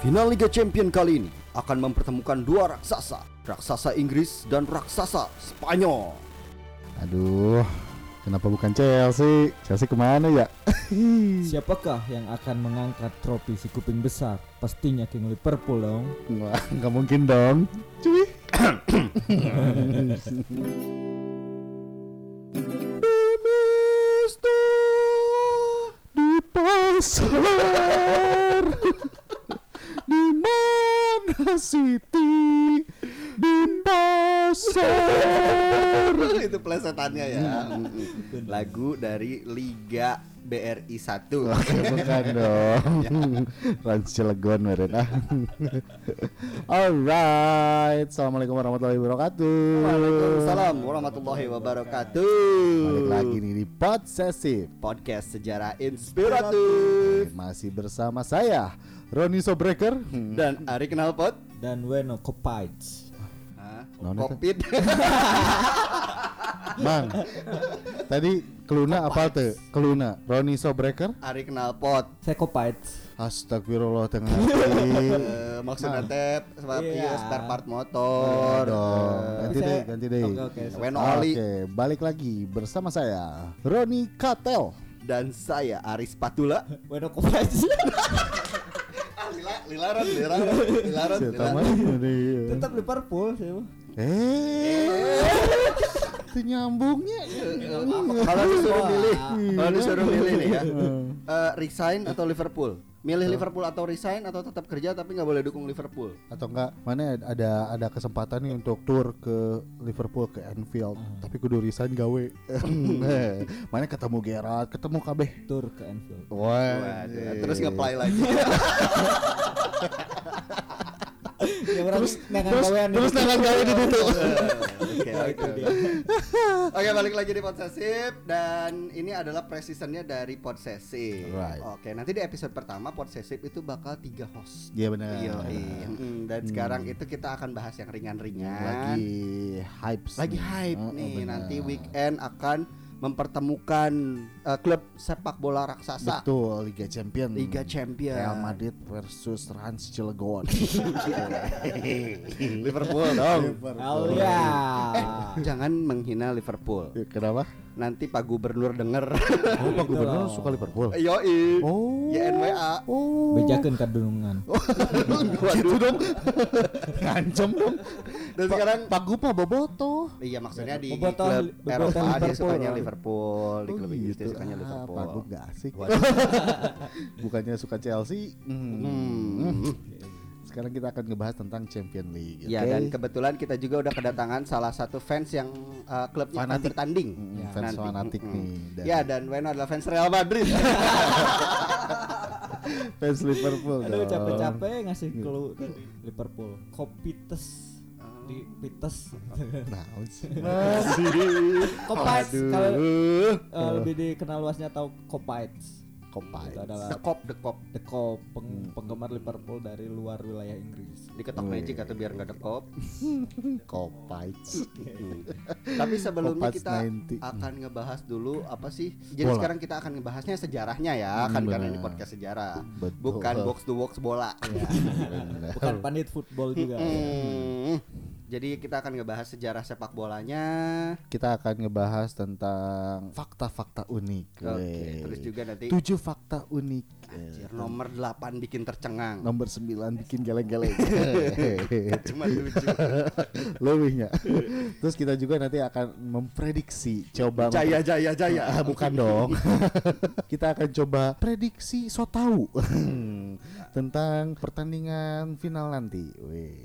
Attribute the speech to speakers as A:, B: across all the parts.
A: Final Liga Champion kali ini akan mempertemukan dua raksasa, raksasa Inggris dan raksasa Spanyol.
B: Aduh, kenapa bukan Chelsea? Chelsea kemana ya?
C: Hmm. Siapakah yang akan mengangkat trofi si kuping besar? Pastinya King Liverpool dong.
B: Wah, nggak mungkin dong. Cuy. Bebesta di pasar di mana City di pasar
D: itu plesetannya ya
A: Hmm,
D: lagu dari Liga BRI 1
B: bukan dong Rans Cilegon meren ah alright assalamualaikum warahmatullahi wabarakatuh
D: Waalaikumsalam warahmatullahi
B: balik
D: wabarakatuh
B: lagi nih di Podsesif
D: Podcast Sejarah Inspiratif
B: masih bersama saya Roni Sobreker
D: Dan Ari kenal pot
C: Dan Weno Kopites.
B: Naon eta?
D: Kopit
B: Mang tadi keluna apa tuh keluna Roni Sobreker
D: Ari kenal pot
C: Saya Kopites.
B: Astagfirullah tengah hati
D: Eh, Maksudnya teh sebab
C: Iya.
D: iya spare part motor
B: Iya
D: Eh,
B: dong ganti deh ganti deh
C: Oke, oke.
D: Weno
B: Oke,
D: Oli
B: balik lagi bersama saya Roni Katel.
D: dan saya Ari Spatula
C: Weno Kopites.
D: Lila, lilaran, lilaran, lilaran,
B: Saya
D: lilaran.
B: tamatnya deh.
C: Tetap Liverpool sih. Bu.
B: Eh, itu nyambungnya.
D: Gitu.
B: Iya.
D: Kalau disuruh milih, kalau disuruh milih nih ya,
B: Hmm.
D: eh, resign atau Liverpool? Milih Liverpool atau resign atau tetap kerja tapi nggak boleh dukung Liverpool?
B: Atau enggak? Mana ada ada kesempatan nih untuk tour ke Liverpool ke Anfield, tapi kudu resign gawe. mana ketemu Gerard, ketemu kabeh.
C: Tur ke Anfield.
B: Wah,
D: Waduh, Eh, terus ngeplay lagi.
C: Ya berarti nangan
B: Terus
C: gawean
B: terus
C: nih.
B: nangan gawe di situ.
D: Oke,
C: Gitu
D: oke. Oke, balik lagi di Podsesif dan ini adalah precisionnya dari Podsesif.
B: Right.
D: Oke, nanti di episode pertama Podsesif itu bakal tiga host.
B: Iya benar.
D: Iya, iya. Mm, dan sekarang itu kita akan bahas yang ringan-ringan.
B: Lagi hype.
D: lagi
B: nih.
D: hype
B: Oh, oh,
D: nih
B: benar.
D: nanti weekend akan mempertemukan eh, klub sepak bola raksasa
B: Betul, Liga Champion.
D: Liga Champion
B: Real Madrid versus Rans Cilegon.
D: Liverpool dong
C: Oh ya.
B: Iya.
D: jangan menghina Liverpool
B: Kenapa?
D: nanti Pak Gubernur denger
B: Oh, Pak
C: Gitu
B: Gubernur
C: dong.
B: suka Liverpool.
D: yoi Ya,
B: Oh.
D: YNWA
B: Oh.
C: Bejakeun kadunungan.
B: Gitu dong. Ngancem dong.
D: dan
B: Pa-
D: sekarang
B: Pak Gupa boboto.
D: iya maksudnya di
C: Bobotoh-
D: klub Eropa
C: bobotoh
D: dia
C: Liverpool.
D: sukanya Liverpool di
B: Oh,
D: klub Inggris dia
B: gitu.
D: sukanya
B: Ah,
D: Liverpool
B: Pak Gup gak asik. Bukannya suka Chelsea. Hmm.
D: Hmm.
B: Sekarang kita akan ngebahas tentang Champion League.
D: Ya
B: oke?
D: dan kebetulan kita juga udah kedatangan salah satu fans yang eh, klubnya akan
B: Fanatik.
D: bertanding.
B: Mm,
C: Ya,
B: fans fanatik
D: Mm-mm.
B: nih. Dan
D: Ya dan Weno adalah fans Real Madrid.
B: fans Liverpool.
C: Aduh
B: dong.
C: capek-capek ngasih clue tadi. Liverpool. Kopites. Di Pites.
B: Nah, masih.
C: Kopites. Kalau
B: Aduh.
C: eh, lebih dikenal luasnya atau Kopites.
B: Kopai.
C: Itu adalah
D: the cop, the cop.
C: The Cop,
B: Hmm.
C: peng- penggemar Liverpool dari luar wilayah Inggris.
D: Diketok
B: Wih.
D: magic atau biar nggak the cop.
B: Kopai.
D: Tapi sebelumnya
B: Kopats
D: kita
B: 90.
D: akan ngebahas dulu apa sih? Jadi
B: Hmm. Bola.
D: sekarang kita akan ngebahasnya sejarahnya ya,
B: Hmm,
D: kan karena ini
B: benar.
D: podcast sejarah.
B: Betul.
D: Bukan box to box bola.
C: Bukan panit
B: Iya.
C: football juga.
D: Mm. Jadi kita akan ngebahas sejarah sepak bolanya.
B: Kita akan ngebahas tentang fakta-fakta unik.
D: Oke,
B: Weh.
D: terus juga nanti
B: tujuh fakta unik.
D: Anjir, nomor 8 bikin tercengang.
B: Nomor sembilan bikin geleng-geleng.
D: Cuma 7.
B: Lebihnya. Terus kita juga nanti akan memprediksi coba
D: Jaya jaya jaya.
B: Ah, bukan dong. kita akan coba prediksi so tahu tentang pertandingan final nanti. Weh.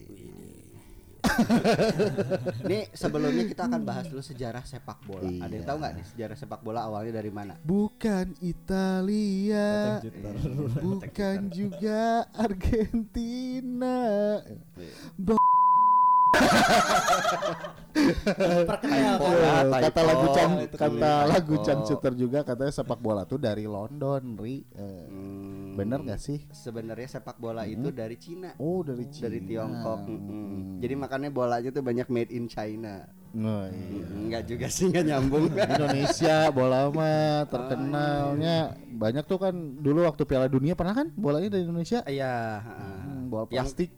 D: Nih sebelumnya kita akan bahas dulu sejarah sepak bola. Ada yang
B: Iya.
D: tahu nggak nih sejarah sepak bola awalnya dari mana?
B: Bukan Italia, eh,
C: Jutar.
B: bukan juga Argentina.
C: Perkenalkan.
B: Eh,
D: Typo,
B: kata lagu Cang
D: Oh, itu
B: kata
D: kan
B: lagu
D: typo.
B: Cang Shooter juga katanya sepak bola tuh dari London ri Eh,
D: Hmm,
B: bener gak sih
D: Sebenarnya sepak bola itu dari Cina.
B: oh dari Cina Hmm.
D: Dari Tiongkok, mm-mm. jadi makanya bolanya tuh banyak made in China.
B: Nah, iya.
D: Enggak juga sih, nggak nyambung.
B: Indonesia bola mah terkenalnya banyak tuh kan dulu waktu Piala Dunia pernah kan bolanya dari Indonesia
D: Iya,
B: yang bola
D: Ah. Yang-
B: plastik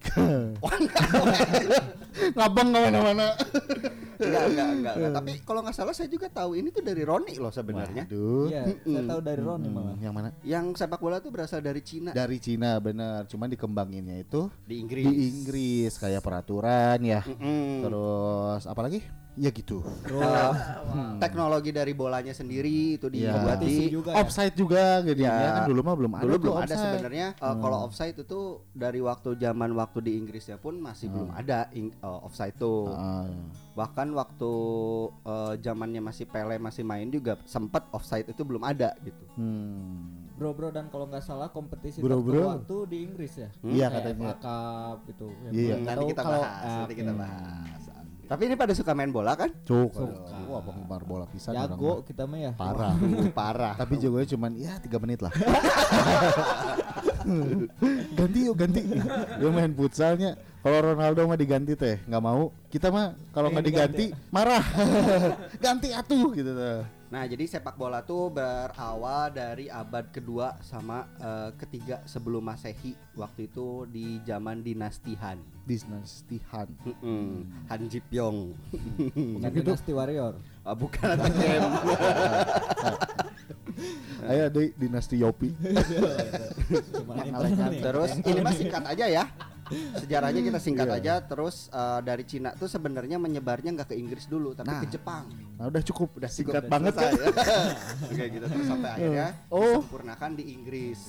B: ngabang kemana-mana
D: Enggak, enggak, enggak, enggak. Tapi kalau nggak salah saya juga tahu ini tuh dari Roni loh sebenarnya.
B: Waduh.
C: Iya, saya tahu dari Roni
B: Hmm,
C: malah.
B: yang mana
D: Yang sepak bola tuh berasal dari Cina
B: dari Cina benar cuman dikembanginnya itu
D: di Inggris. Hmm.
B: di Inggris kayak peraturan ya
D: Mm-mm.
B: terus apalagi ya gitu
D: Nah, Teknologi dari bolanya sendiri itu
B: Iya.
C: Kompetisi
D: dibuati.
C: juga ya.
B: offside juga gitu
D: Ya.
B: ya kan dulu mah belum ada
D: Dulu
B: tuh
D: belum ada
B: offside. Hmm.
D: sebenarnya eh, kalau offside itu dari waktu zaman waktu di Inggrisnya pun masih belum ada ing- eh, offside tuh.
B: Hmm. Ah.
D: Bahkan waktu eh, zamannya masih Pele masih main juga sempat offside itu belum ada gitu.
B: Hmm.
C: Bro bro dan kalau nggak salah kompetisi
B: Bro, bro.
C: tertua tuh di Inggris ya.
B: Iya,
C: Kayak
B: katanya.
C: FA Cup gitu. Ya,
B: Iya, eh, Hmm.
C: gua nggak
D: Hmm. nanti
C: tahu
D: kita
C: kalau-
D: bahas,
C: ah,
D: nanti kita
C: oke.
D: bahas. Tapi ini pada suka main bola kan?
B: Cuk,
C: Suka.
B: aduh, wah penggemar bola pisan orang mah.
C: Jago kita mah ya.
B: parah.
D: Uh, parah.
B: Tapi jagonya cuman ya 3 menit lah. ganti yuk ganti. Dia main futsalnya. Kalau Ronaldo mah diganti teh nggak mau. Kita mah
D: Iya,
B: kalau nggak diganti marah. ganti atuh gitu tuh.
D: Nah, jadi sepak bola tuh berawal dari abad kedua sama eh, ketiga sebelum Masehi. Waktu itu di zaman dinasti Han.
B: Dinasti Han.
D: Mm-mm. Han Jipyong.
C: Bukan
B: Gitu.
C: Dynasty Warrior.
D: Ah, bukan anak game.
B: Ayo deh dinasti Yopi.
C: Cuma
B: Malaikat.
C: nih.
D: Terus ini mah singkat aja ya. Sejarahnya kita singkat
B: Iya.
D: aja. Terus eh, dari Cina tuh sebenarnya menyebarnya nggak ke Inggris dulu, tapi
B: Nah.
D: ke Jepang.
B: Nah udah cukup, udah singkat
D: Udah
B: banget kan.
D: selesai. Kayak gitu terus sampai akhirnya
B: Oh.
D: disempurnakan di Inggris.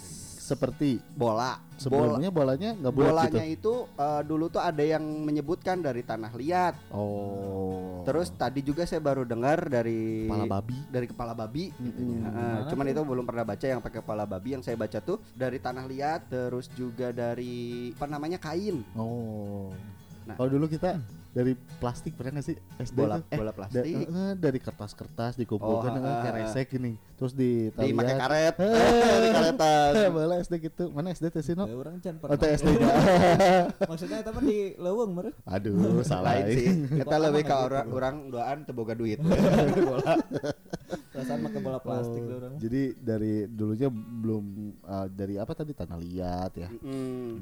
B: Seperti
D: Bola. Bola.
B: sebelumnya bolanya nggak bulat
D: Bolanya
B: gitu.
D: itu eh, dulu tuh ada yang menyebutkan dari tanah liat.
B: Oh.
D: Terus tadi juga saya baru dengar dari
B: kepala babi.
D: dari kepala babi gitu
B: Mm-mm.
D: ya. Heeh, cuman itu belum pernah baca yang pakai kepala babi yang saya baca tuh dari tanah liat terus juga dari apa namanya kain
B: Oh.
D: Nah.
B: Kalau dulu kita dari plastik pernah nggak sih SD
D: bola
B: tuh? Eh,
D: bola
B: da-
D: plastik
B: eh, dari kertas-kertas dikumpulkan
D: Oh,
B: dengan
D: ah,
B: kayak
D: ah.
B: resek gini. Terus di
D: dipakai karet
B: Eh.
D: di karetan
B: Eh, bola SD gitu. Mana SD teh Sino?
C: Ya, orang can
B: Oh,
C: pernah.
B: teh SD -nya.
C: Maksudnya tapi di leuweung meureun.
B: Aduh, salah
D: Nah, lain sih
B: ini.
D: kita lebih ke orang orang doaan teboga duit
B: Hmm.
D: bola
C: Perasaan pakai bola plastik
B: Oh.
C: tuh orang.
B: Jadi dari dulunya belum eh, dari apa tadi tanah liat ya.
D: Mm.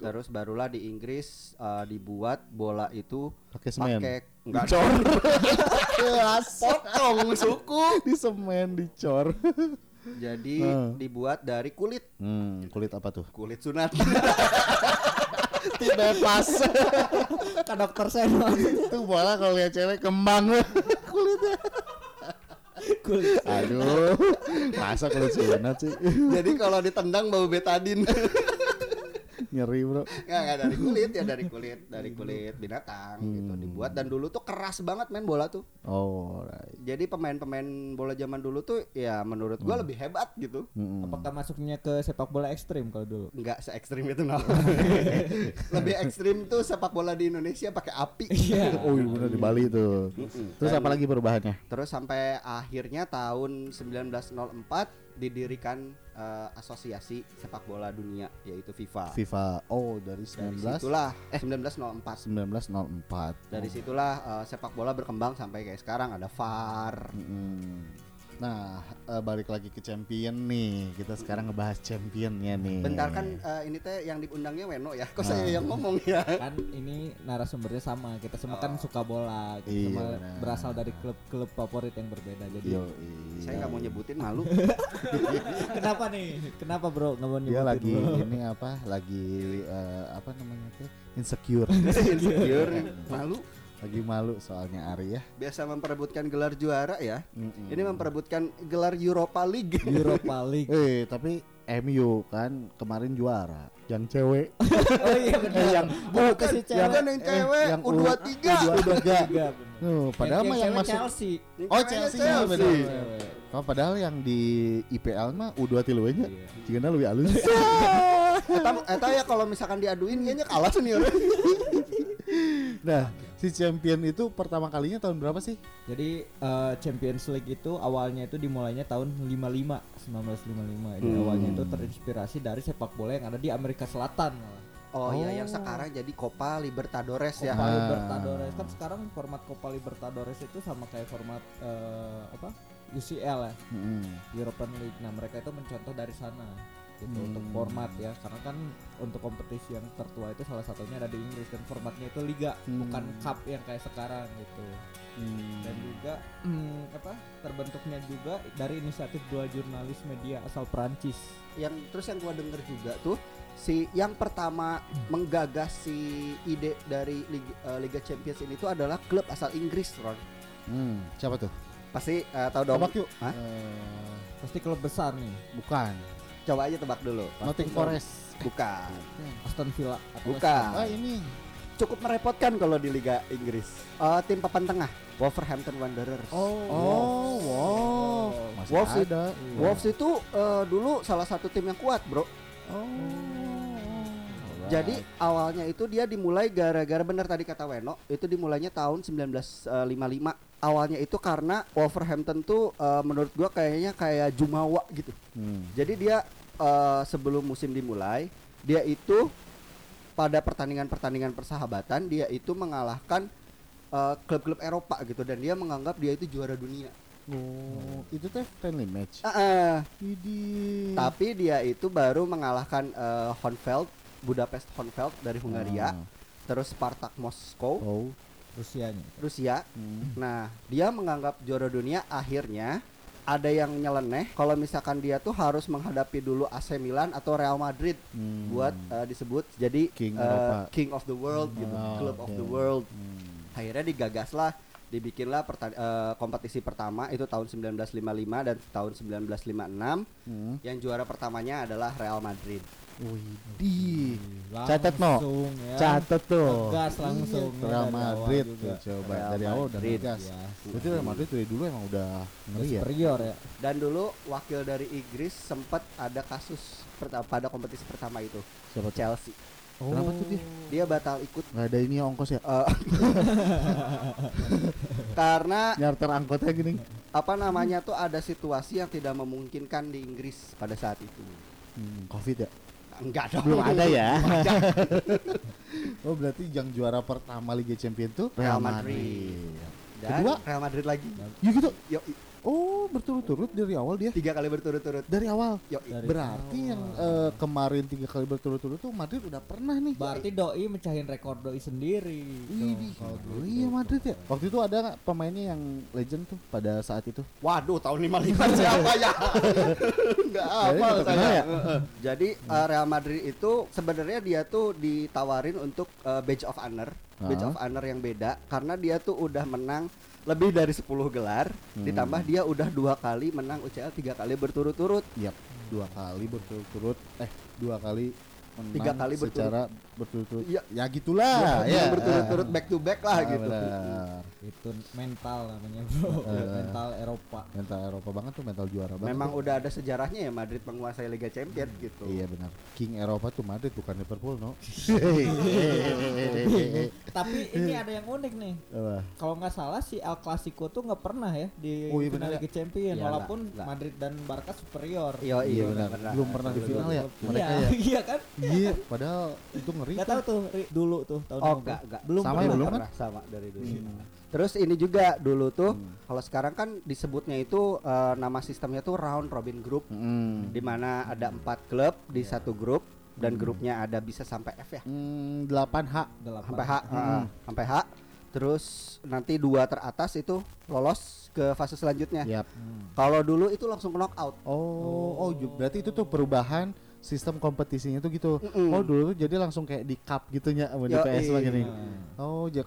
D: terus barulah di Inggris eh, dibuat bola itu
B: Pakai semen.
D: pakai enggak
B: Dicor. Potong suku di semen dicor.
D: jadi
B: Eh.
D: dibuat dari kulit
B: Hmm, kulit apa tuh?
D: kulit sunat
B: Bebas.
C: Ke Kan dokter saya
B: itu bola kalau lihat cewek kembang kulitnya
C: kulit.
B: aduh masa kulit sunat sih
D: jadi kalau ditendang bau betadin
B: nyeri bro
D: Nggak, nggak, dari kulit ya dari kulit dari kulit binatang gitu dibuat dan dulu tuh keras banget main bola tuh
B: oh right.
D: jadi pemain-pemain bola zaman dulu tuh ya menurut gua lebih hebat gitu
B: Mm-mm.
C: Apakah masuknya ke sepak bola ekstrim kalau dulu?
D: nggak se ekstrim itu no lebih ekstrim tuh sepak bola di Indonesia pakai api
C: Iya.
B: oh iya bener di Bali tuh terus apa lagi perubahannya
D: terus sampai akhirnya tahun 1904 didirikan eh, asosiasi sepak bola dunia yaitu FIFA
B: FIFA oh dari
D: dari
B: 19
D: situlah eh 1904
B: 1904
D: dari situlah eh, sepak bola berkembang sampai kayak sekarang ada VAR
B: Mm-mm. nah eh, balik lagi ke champion nih kita sekarang ngebahas championnya nih
D: Bentar kan eh, ini teh yang diundangnya Weno ya. Kok saya yang ngomong ya?
B: iya.
C: Kan ini narasumbernya sama. Kita semua kan suka bola.
B: Oh.
C: Kita
B: Iya,
C: semua
B: benar. Iya.
C: berasal dari klub-klub favorit yang berbeda. Jadi
B: Yo,
D: Saya nggak mau nyebutin malu.
C: kenapa nih? Kenapa bro nggak mau
B: dia
C: nyebutin
B: lagi
C: bro?
B: ini apa lagi eh, apa namanya tuh insecure
D: Insecure, malu.
B: lagi malu soalnya Ari ya
D: Biasa memperebutkan gelar juara ya. Ini memperebutkan gelar Europa League.
C: Europa League.
B: eh tapi MU kan kemarin juara yang cewek
C: Oh iya benar.
B: Eh, yang eh,
D: Bukan,
C: si cewek.
D: bukan yang cewek,
B: yang
D: U23.
B: U23
C: Tiga, benar.
B: Nuh, padahal mah yang
C: cewek
B: masuk
C: Chelsea.
D: Yang
B: oh
D: ceweknya
B: Chelsea, ya benar
C: Cewek.
B: oh, padahal yang di IPL mah U23 lu nya
C: Iya.
B: jigana lebih halus
D: Eta, eta ya kalau misalkan diaduin kayaknya kalah senior.
B: nah si champion itu pertama kalinya tahun berapa sih
C: Jadi eh, Champions League itu awalnya itu dimulainya tahun 55 1955. Jadi
B: Hmm.
C: awalnya itu terinspirasi dari sepak bola yang ada di Amerika Selatan malah.
D: Oh, iya yang sekarang jadi Copa Libertadores ya.
B: Ah.
C: Copa Libertadores kan sekarang format Copa Libertadores itu sama kayak format eh, apa? UCL ya,
B: Mm-mm.
C: European League. Nah, mereka itu mencontoh dari sana. gitu
B: Hmm.
C: untuk format ya karena kan untuk kompetisi yang tertua itu salah satunya ada di Inggris dan formatnya itu liga
B: Hmm.
C: bukan cup yang kayak sekarang gitu dan
B: Hmm.
C: juga mm, apa terbentuknya juga dari inisiatif dua jurnalis media asal Perancis
D: yang terus yang gua denger juga tuh si yang pertama menggagas si ide dari Liga, eh, Liga Champions ini tuh adalah klub asal Inggris, Ron.
B: Hmm, siapa tuh?
D: Pasti eh, tahu dong.
B: Tebak yuk.
D: Hah?
B: Eh,
C: pasti klub besar nih
B: bukan.
D: Coba aja tebak dulu.
B: Notting Forest.
D: Bukan.
C: Aston Villa atau West
D: Bukan.
B: Ah ini.
D: Cukup merepotkan kalau di Liga Inggris. Eh, tim papan tengah, Wolverhampton Wanderers.
B: Oh, wow. Masih
D: Wolves itu-
B: ada.
D: Wolves itu eh, dulu salah satu tim yang kuat, Bro.
B: Oh.
D: Jadi awalnya itu dia dimulai gara-gara bener tadi kata Weno itu dimulainya tahun 1955. Awalnya itu karena Wolverhampton tuh eh, menurut gua kayaknya kayak Jumawa gitu.
B: Hmm.
D: Jadi dia eh, sebelum musim dimulai dia itu pada pertandingan-pertandingan persahabatan dia itu mengalahkan eh, klub-klub Eropa gitu dan dia menganggap dia itu juara dunia.
B: Oh, itu teh friendly match.
D: Ah, ah.
B: Widih.
D: Tapi dia itu baru mengalahkan eh, Honveld, Budapest Honveld dari Hungaria,
B: Ah.
D: terus Spartak Moskow,
B: Oh.
C: Rusianya
D: Rusia.
B: Hmm.
D: Nah, dia menganggap juara dunia akhirnya ada yang nyeleneh kalau misalkan dia tuh harus menghadapi dulu AC Milan atau Real Madrid
B: Hmm.
D: buat eh, disebut jadi
B: King
D: eh,
B: Eropa.
D: King of the World gitu,
B: Oh,
D: Club of
B: oke.
D: the World.
B: Hmm.
D: Akhirnya digagaslah dibikinlah perta- eh, kompetisi pertama itu tahun 1955 dan tahun 1956
B: Hmm.
D: yang juara pertamanya adalah Real Madrid.
B: Widih. Catet,
C: Catet
B: Mo.
C: ya.
B: Catet tuh.
C: Tegas langsung ya,
B: Real
C: dari awal
B: Madrid
C: juga.
B: tuh coba
D: Real
B: dari awal udah
D: Madrid,
B: ngegas.
C: ya.
B: Berarti Real Madrid dari dulu emang udah ngeri ya.
C: Superior ya
D: Dan dulu wakil dari Inggris sempat ada kasus perta- pada kompetisi pertama itu
B: Siapa tuh?
D: Chelsea.
B: Oh. Kenapa tuh dia?
D: Dia batal ikut
B: Gak ada ini ongkos ya?
D: eh, karena
B: Nyarter angkotnya gini.
D: apa namanya tuh ada situasi yang tidak memungkinkan di Inggris pada saat itu.
B: Hmm, Covid ya?
D: Enggak dong.
B: Belum ada ya. oh berarti yang juara pertama Liga Champion tuh
D: Real
B: Real
D: Madrid.
B: Madrid.
D: Dan
B: Kedua?
D: Real Madrid lagi.
B: Ya gitu.
D: Yo,
B: Oh berturut-turut dari awal dia.
D: tiga kali berturut-turut.
B: Dari awal.
D: Yo,
C: Dari
B: berarti
C: awal.
B: yang eh, kemarin tiga kali berturut-turut tuh Madrid udah pernah nih.
C: Berarti doi mecahin rekor doi sendiri.
B: Widih.
C: Tuh, kalau
B: Oh
C: dulu
B: iya
C: gitu.
B: Madrid ya. Waktu itu ada nggak pemainnya yang legend tuh pada saat itu?
D: Waduh, tahun 55 siapa ya? Enggak apa
B: Jadi terkenal ya?
D: Jadi eh, Real Madrid itu sebenarnya dia tuh ditawarin untuk eh, badge of honor, badge
B: Ah.
D: of honor yang beda karena dia tuh udah menang lebih dari 10 gelar,
B: Hmm.
D: ditambah dia udah dua kali menang UCL tiga kali berturut-turut.
B: Yap, dua kali berturut-turut. Eh, dua kali menang
D: Tiga kali berturut-
B: secara berturut-turut.
D: Iya.
B: Ya gitulah.
D: Dua kali berturut-turut back to back lah gitu.
B: Ah, Benar.
C: Itu mental namanya, Bro. mental Eropa.
B: Mental Eropa banget tuh, mental juara banget.
D: Memang
B: tuh.
D: udah ada sejarahnya ya Madrid menguasai Liga Champions gitu.
B: Iya benar. King Eropa tuh Madrid bukan Liverpool, no.
C: Tapi ini ada yang unik nih.
B: Apa?
C: Kalau nggak salah si El Clasico tuh nggak pernah ya di
B: Oh, iya
C: final
B: bener ya.
C: Liga Champions
D: Iya,
C: walaupun
D: nggak, nggak.
C: Madrid dan Barca superior.
D: Yo,
B: iya benar. Belum pernah di final ya mereka
C: iya,
B: ya.
C: iya kan?
B: Iya, padahal itu ngeri.
C: Gak tahu tuh Ri, dulu tuh tahun
D: Oh,
C: 15.
D: enggak, enggak.
C: Belum
B: Sama ya,
C: pernah.
B: belum kan? Hmm.
D: Pernah sama dari dulu. Terus ini juga dulu tuh kalau sekarang kan disebutnya itu eh, nama sistemnya tuh round robin group
B: Hmm.
D: di mana ada empat klub di
B: Iya.
D: satu grup dan grupnya ada bisa sampai F ya.
B: Hmm, 8 H.
C: Delapan.
D: Sampai H,
B: Hmm.
D: eh, sampai H. Terus nanti dua teratas itu lolos ke fase selanjutnya.
B: Yap.
C: Hmm.
D: Kalau dulu itu langsung knockout.
B: Oh, oh, ju- berarti itu tuh perubahan sistem kompetisinya tuh gitu. Oh, dulu tuh jadi langsung kayak di cup gitunya sama di
D: Yoi.
C: iya.
B: PS gini. Oh, jadi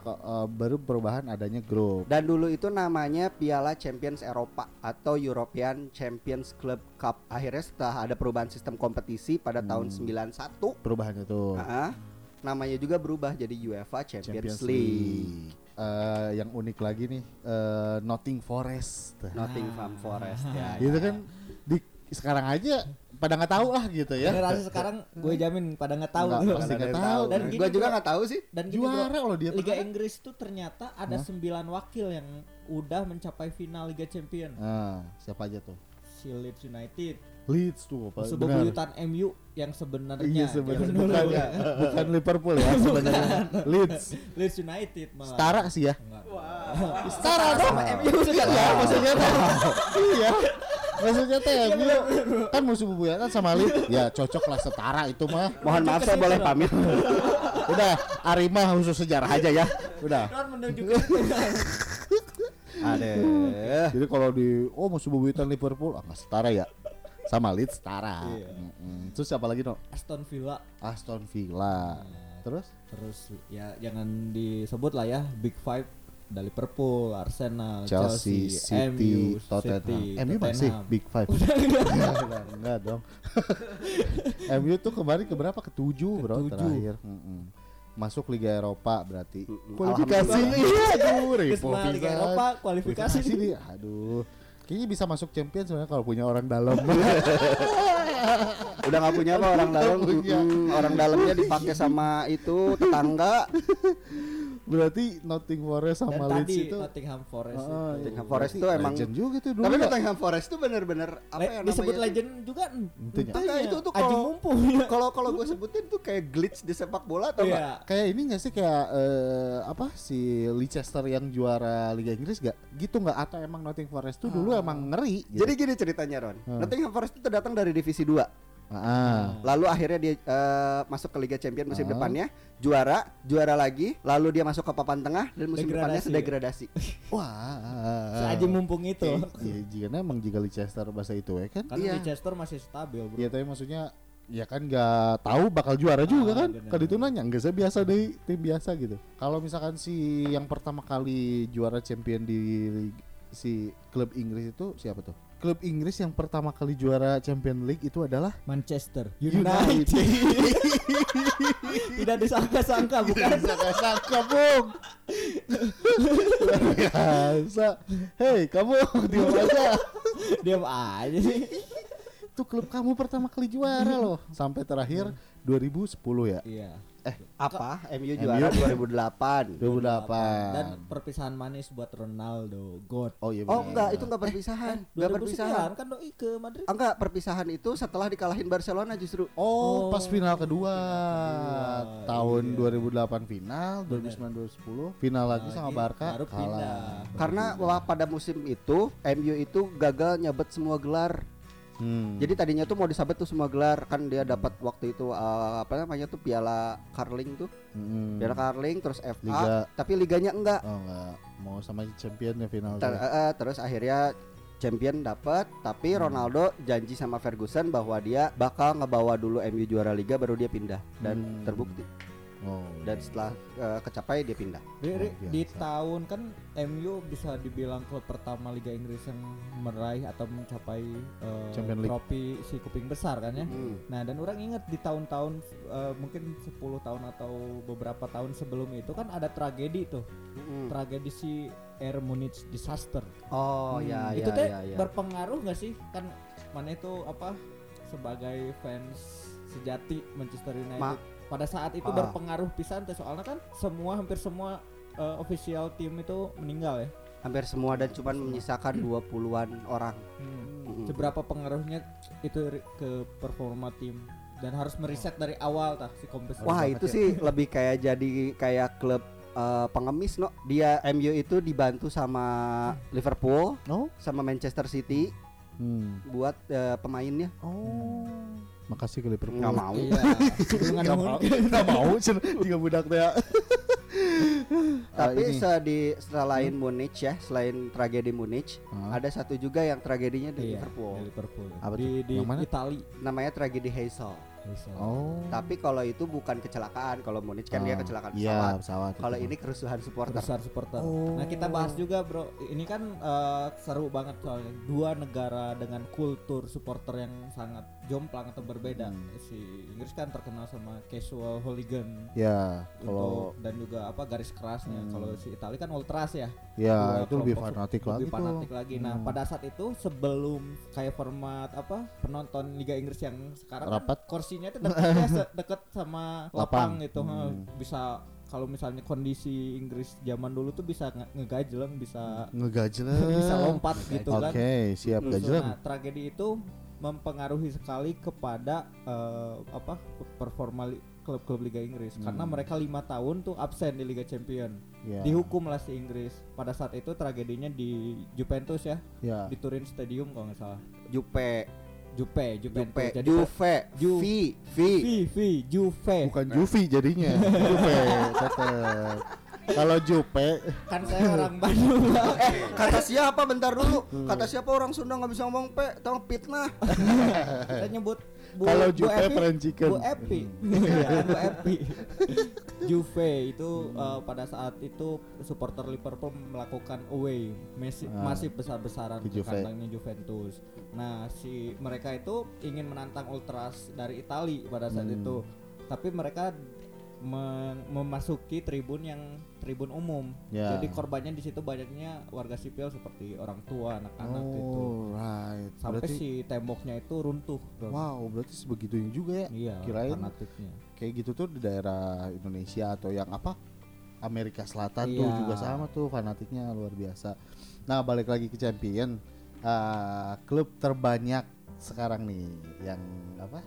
B: baru perubahan adanya grup.
D: Dan dulu itu namanya Piala Champions Eropa atau European Champions Club Cup. Akhirnya setelah ada perubahan sistem kompetisi pada tahun
B: Hmm.
D: 91
B: Perubahannya tuh
D: Ah, namanya juga berubah jadi UEFA Champions, League.
B: Eh, yang unik lagi nih, eh, Notting Forest. Ah.
D: Nottingham Forest ya. Nah, ya.
B: Itu kan di sekarang aja pada nggak tahu lah gitu ya.
C: Generasi sekarang gue jamin pada nggak tahu.
B: Nggak, pasti nggak tahu.
D: Dan
C: Dan gini
D: gua juga
C: juga-
D: nggak tahu sih.
C: Dan gini, Bro,
B: Juara loh dia.
C: Liga
B: pernah.
C: Inggris tuh ternyata ada sembilan wakil yang udah mencapai final Liga Champions.
B: Ah, siapa aja tuh?
C: Si Leeds United,
B: Leeds tuh apa?
C: musuh
B: Oh, Benar.
C: bebuyutan MU yang sebenarnya
B: Iya
C: zaman
B: sebenarnya
C: dulu
B: bukan,
C: ya.
B: bukan Liverpool ya sebenarnya Leeds.
C: Leeds United malah.
B: Setara sih ya.
C: Enggak.
B: Setara dong. Iya maksudnya. Iya. Maksudnya teh ya, gua kan musuh bubuyatan sama Lid. Ya cocok lah setara itu mah.
D: Mohon maaf saya boleh pamit.
B: Udah, Arima khusus sejarah aja ya. Udah.
C: Don menuju ke final.
D: Aduh.
B: Jadi kalau di oh musuh bubuyatan Liverpool ah nggak setara ya. Sama Leeds setara.
C: Iya.
B: Mm-mm. Terus siapa lagi, No?
C: Aston Villa
B: Aston Villa. Terus
C: terus ya jangan disebut lah ya Big Five dari Liverpool, Arsenal,
B: Chelsea,
C: Chelsea,
B: City,
C: MU,
B: Tottenham.
C: City,
B: MU masih
C: Tottenham.
B: Big Five.
C: Udah, udah.
B: Enggak, enggak dong. MU tuh kemarin ke berapa? Ketujuh, Bro,
C: Ketujuh.
B: terakhir. Mm-mm. Masuk Liga Eropa berarti.
D: Mm-mm.
B: Kualifikasi. Iya, aduh, repot
C: Kesana Liga
B: pisan.
C: Eropa kualifikasi.
B: Kualifikasi nih. Aduh. Kayaknya bisa masuk champion sebenarnya kalau punya orang dalam.
D: Udah nggak punya apa orang dalam?
B: punya.
D: Mm, orang dalamnya dipakai sama itu tetangga.
B: berarti Notting Forest
C: Dan
B: sama
C: tadi
B: Leeds itu.
C: Nottingham
B: Ah,
C: Forest itu.
D: Nottingham
B: iya.
D: Forest tuh
B: Berarti
D: emang-
B: legend juga tuh dulu.
D: Tapi
B: ya.
D: Nottingham Forest tuh bener-bener apa
C: Le-
D: ya namanya?
C: disebut
D: tuh?
C: legend juga
B: Entunya.
D: Makanya itu tuh
C: aji
D: kalau-
C: mumpung ya.
D: Kalau kalau gue sebutin tuh kayak glitch di sepak bola atau
C: Iya.
D: enggak?
B: Kayak ini gak sih kayak eh, apa si Leicester yang juara Liga Inggris gak? Gitu nggak atau emang Notting Forest tuh dulu emang ngeri. gitu?
D: Jadi gini ceritanya Ron.
B: Hmm.
D: Nottingham Forest itu datang dari divisi 2.
B: Ah,
D: Lalu akhirnya dia eh, masuk ke Liga Champion musim
B: Ah.
D: depannya, juara, juara lagi, lalu dia masuk ke papan tengah dan musim
C: Degradasi
D: depannya
C: ya?
D: sedegradasi.
B: wah.
C: Seaji mumpung itu.
B: Iya, iya, jika emang jika Leicester bahasa itu ya kan?
C: Karena
D: Iya.
C: Leicester masih stabil, Bro.
B: Iya tapi maksudnya ya kan nggak tahu bakal juara juga
C: Ah,
B: kan?
C: benar.
B: Kali itu nanya nggak saya biasa deh tim biasa gitu. Kalau misalkan si yang pertama kali juara champion di lig- si klub Inggris itu siapa tuh? Klub Inggris yang pertama kali juara Champion League itu adalah
C: Manchester
B: United.
C: United. Tidak disangka-sangka bukan.
B: Saka Bung. Luar biasa. Hei kamu diam aja.
C: Diam aja sih.
B: Itu klub kamu pertama kali juara
D: Hmm.
B: loh. Sampai terakhir 2010 ya.
C: Iya.
D: Apa? MU juara 2008.
B: 2008.
C: Dan perpisahan manis buat Ronaldo. God.
B: oh iya.
D: Oh
B: benar.
D: enggak, itu enggak perpisahan. Enggak
C: 2009
D: perpisahan.
C: kan doi ke Madrid.
D: Ah, Enggak, perpisahan itu setelah dikalahin Barcelona justru.
B: Oh,
C: Oh,
B: pas final kedua.
C: kedua.
B: Tahun
C: Iya.
B: 2008 final, 2009 2010 final lagi sama
C: Lagi,
B: Barca
C: baru pindah.
B: kalah.
D: Karena wah, pada musim itu MU itu gagal nyabet semua gelar.
B: Hmm.
D: Jadi tadinya tuh mau disabet tuh semua gelar kan dia dapat waktu itu eh, apa namanya tuh piala Carling tuh,
B: Mm-mm.
D: piala Carling terus FA,
B: Hmm. Liga.
D: tapi liganya enggak.
B: Oh enggak, mau sama champion ya final.
D: Ter-
B: dia.
D: eh, eh, terus akhirnya champion dapat, tapi Ronaldo janji sama Ferguson bahwa dia bakal ngebawa dulu MU juara liga baru dia pindah dan
B: Hmm.
D: terbukti.
B: Oh.
D: Dan setelah eh, kecapai dia pindah.
C: Di,
B: Oh,
C: di- di
B: biasa.
C: tahun kan MU bisa dibilang klub pertama Liga Inggris yang meraih atau mencapai eh,
B: Champion League.
C: trofi si kuping besar kan ya.
D: Hmm.
C: Nah, dan orang ingat di tahun-tahun eh, mungkin 10 tahun atau beberapa tahun sebelum itu kan ada tragedi tuh.
D: Mm-mm.
B: Mm.
C: Tragedi si Air Munich disaster.
D: Oh ya
C: Hmm. itu
D: ya
C: teh
D: ya ya.
C: berpengaruh nggak sih kan mana itu apa sebagai fans sejati Manchester United
D: Ma-
C: pada saat itu
D: Ah.
C: berpengaruh pisan teh soalnya kan semua hampir semua eh, official tim itu meninggal ya
D: Hampir semua dan cuman menyisakan 20-an orang. Hmm. Mm-mm.
C: seberapa pengaruhnya itu ri- ke performa tim dan harus meriset dari awal tah si kompes
D: Wah itu sih lebih kayak jadi kayak klub eh, pengemis no. Dia MU itu dibantu sama Liverpool,
B: Oh.
D: sama Manchester City
B: Hmm.
D: buat eh, pemainnya. Hmm.
B: Oh. Makasih ke Liverpool.
D: Nggak mau.
C: iya dengan
B: Nggak mau. Nggak mau. cen. Tiga budak ya. teh.
D: Tapi
B: Eh, ini. Hmm?
D: se- di- selain Munich ya, selain tragedi Munich,
B: Ah.
D: ada satu juga yang tragedinya di
C: Iya,
D: Liverpool.
C: di Liverpool
B: Apa
C: di,
B: tuh?
C: di
B: Yang mana?
C: Itali
D: Namanya tragedi Heysel.
B: Oh.
D: Tapi kalau itu bukan kecelakaan, kalau Munich kan dia
B: Ah,
D: kecelakaan
B: Iya,
D: pesawat.
B: pesawat.
D: Kalau
B: itu.
D: ini kerusuhan supporter.
C: besar supporter.
B: Oh.
C: Nah kita bahas juga bro, ini kan eh, seru banget soalnya dua negara dengan kultur supporter yang sangat jomplang atau berbeda.
B: Hmm.
C: Si Inggris kan terkenal sama casual hooligan
B: Ya, kalau
C: untuk dan juga apa garis kerasnya.
B: Hmm.
C: Kalau si Italia kan ultras ya, dua
B: ya itu lebih
C: kelompok
B: fanatik lagi
C: lebih
B: tuh.
C: fanatik lagi. Nah
B: Hmm.
C: pada saat itu sebelum kayak format apa penonton Liga Inggris yang sekarang kan
B: Rapat.
C: kursinya itu dekatnya se- deket sama lapang,
B: Lapang.
C: gitu Heh,
B: Hmm.
C: bisa kalau misalnya kondisi Inggris zaman dulu tuh bisa nge- ngegajleng bisa
B: Ngegajleng.
C: bisa lompat gitu
B: Hmm. Oke,
C: kan
B: siap
D: Hmm.
C: Terus,
B: gajleng.
C: nah, tragedi itu mempengaruhi sekali kepada eh, apa performa li- klub-klub Liga Inggris karena
B: Hmm.
C: mereka lima tahun tuh absen di Liga Champion
B: Ya.
C: dihukum lah si Inggris pada saat itu tragedinya di Juventus ya
B: Ya.
C: di Turin Stadium kalau nggak salah
D: Jupe,
C: Jupe, Jupe,
D: Jupe,
C: Jadi
D: Juve,
C: Ju-
D: V, V.
C: Juve, Juve.
B: Bukan Juvi jadinya. Juve tetep. Kalau Jupe
C: Kan saya orang Bandung. Bang.
D: Eh, kata siapa bentar dulu?
B: Hmm.
D: Kata siapa orang Sunda nggak bisa ngomong pe? Tahu fitnah.
C: saya nyebut
B: Eh.
C: Bu-
B: Kalau
C: Bu
B: Jupe
C: Epi.
B: fried chicken.
C: Bu Epi. Iya, Bu Epi. Juve itu eh, pada saat itu supporter Liverpool melakukan away Messi,
B: Ah.
C: masih besar-besaran
B: Ke
C: ke
B: Juve.
C: kandangnya Juventus. Nah, si mereka itu ingin menantang ultras dari Itali pada saat
B: Hmm.
C: itu. Tapi mereka meng- memasuki tribun yang tribun umum.
B: Ya.
C: Jadi korbannya di situ banyaknya warga sipil seperti orang tua, anak-anak gitu.
B: Oh, right.
C: Sampai
B: Berarti-
C: si temboknya itu runtuh. Bang.
B: Wow, berarti sebegitunya juga ya?
C: Iya,
B: Kirain
C: fanatiknya.
B: kayak gitu tuh di daerah Indonesia atau yang apa? Amerika Selatan tuh
C: Iya.
B: juga sama tuh fanatiknya luar biasa. Nah, balik lagi ke champion. Ah, klub terbanyak sekarang nih yang apa?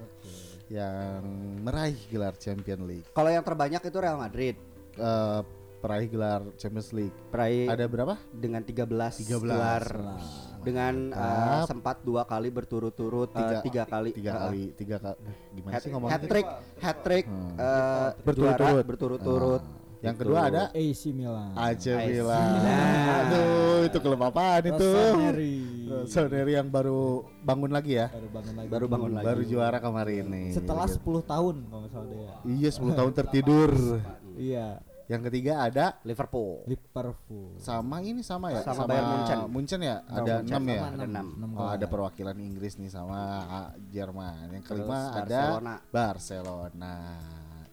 B: Yang meraih gelar Champion League.
D: Kalau yang terbanyak itu Real Madrid.
B: Eh, peraih gelar Champions League.
C: Iya.
D: Peraih
B: Ada berapa?
D: dengan 13,
B: 13.
D: gelar.
B: Wah,
D: dengan eh,
B: mantap.
D: sempat dua kali berturut-turut eh,
B: Tiga.
D: tiga, kali
B: tiga
D: eh,
B: kali, tiga kali. Gimana
D: hat,
B: sih ngomongnya?
D: hat trick hat trick
B: Hmm.
D: eh,
B: Berturut-turut.
D: juara berturut-turut
B: Ah. Yang kedua
D: Gitu.
B: ada
C: AC Milan.
B: AC
D: AC.
B: Milan.
D: Nah.
B: Aduh, itu klub apaan itu?
C: Rossoneri.
B: Saudari yang baru bangun lagi ya.
C: Baru bangun lagi.
D: Baru bangun lagi.
B: Baru Iya. juara kemarin nih. gitu.
C: Setelah 10 tahun kalau nggak salah dia.
B: Iya, 10 tahun tertidur.
C: Iya,
B: Yang ketiga ada
D: Liverpool
C: Liverpool.
B: sama ini sama ya?
D: Sama Bayern Munchen.
B: ya?
D: Sama
B: ada
D: Munchen.
B: 6 ya?
D: Sama ada enam.
C: Enam
B: Oh,
C: gol.
B: ada perwakilan Inggris nih sama ah, Jerman. Yang
D: Terus
B: kelima ada
D: Barcelona.
B: Barcelona.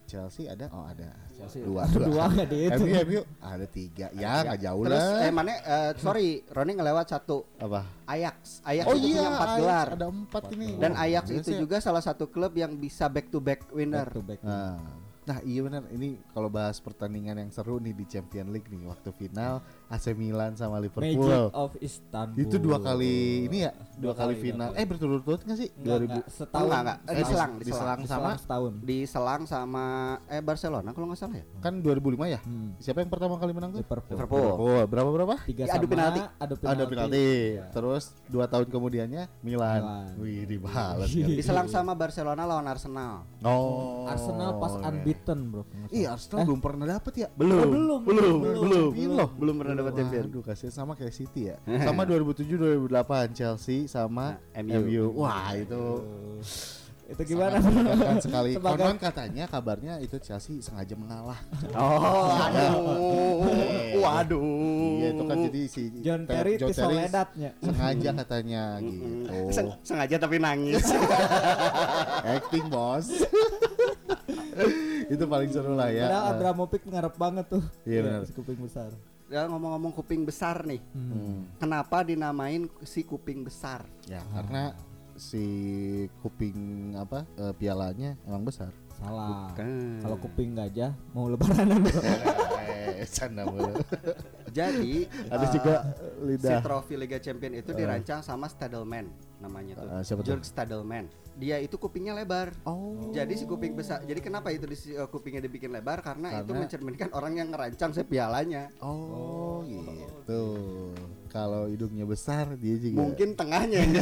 B: Chelsea ada? Oh, ada.
C: Chelsea.
B: Dua,
C: Dua
B: dua.
C: nggak dia itu.
B: MU, MU ada tiga. Ya, nggak jauh
D: terus eh
B: lah.
D: mana eh, sorry Roni ngelewat satu
B: Apa?
D: Ajax Ajax
B: Oh
D: itu punya
B: iya,
D: empat
B: Ajax
D: gelar
B: ada empat ini.
D: dan
B: Wah,
D: Ajax
B: biasa
D: itu
B: ya.
D: juga salah satu klub yang bisa back to back winner
C: Back to back.
B: Nah, nah iya benar. Ini kalau bahas pertandingan yang seru nih di Champion League nih waktu final AC Milan sama
C: Magic
B: Liverpool.
C: of Istanbul.
B: Itu dua kali ini ya, dua,
C: Dua
B: kali,
C: kali,
B: final.
C: dua
B: Eh
C: kali.
B: berturut-turut nggak sih?
C: Nggak, nggak. Setahun.
D: Enggak, nggak. Eh,
B: Eh,
D: diselang,
B: diselang,
D: diselang.
B: sama
C: Sama setahun.
D: diselang sama eh Barcelona kalau nggak salah ya
B: kan 2005 ya.
C: Hmm,
B: Siapa yang pertama kali menang tuh?
C: Liverpool.
D: Liverpool
B: Oh, berapa berapa?
C: Tiga
D: Ya,
C: sama.
D: adu penalti.
C: Adu penalti.
B: Ada penalti.
C: Iya.
B: Terus dua tahun kemudiannya Milan.
C: Milan.
B: Wih, dibales. kan.
D: diselang sama Barcelona lawan Arsenal
B: Oh.
C: Arsenal pas
B: iya.
C: Eh? unbeaten, Bro. kalau nggak
B: Iya,
C: salah.
B: Arsenal belum pernah dapet ya?
C: Oh, belum,
B: belum,
C: belum,
B: belum.
C: belum.
B: Loh,
D: Oh, belum pernah dapat champion
B: Waduh, kasihan sama kayak City ya. Sama 2007 2008 Chelsea sama
D: Nah,
B: MU.
D: MU.
B: Wah, itu
C: Itu gimana?
B: sangat menekankan sekali.
C: Sebagai-
B: Konon katanya kabarnya itu Chelsea sengaja mengalah.
D: oh aduh waduh
B: Iya, itu kan jadi si
C: John
B: Ter-
C: Terry
B: John
C: itu soledatnya.
B: sengaja katanya gitu.
D: Seng- sengaja tapi nangis
B: Acting, Bos. itu paling seru lah ya.
C: Padahal Abramovich ngarep banget tuh.
B: Iya, benar.
C: si kuping besar.
D: ya ngomong-ngomong kuping besar nih
B: Hmm.
D: kenapa dinamain si kuping besar
B: Ya, karena si kuping apa eh, pialanya emang besar.
C: Salah.
D: Bukan.
C: Kalau kuping gajah mau lebaranan bro.
B: eh, canda mulu. Ah,
D: jadi
B: Ada
D: eh,
B: juga
D: si
B: lidah.
D: trofi Liga Champion itu dirancang sama Stadelman namanya tuh
B: Eh, siapa tuh?
D: George Stadelman dia itu kupingnya lebar
B: Oh.
D: jadi si kuping besar jadi kenapa itu disi- eh, kupingnya dibikin lebar karena, itu
B: Karena-
D: mencerminkan orang yang ngerancang si pialanya
B: Oh, gitu. Kalau hidungnya besar dia juga.
D: mungkin tengahnya yang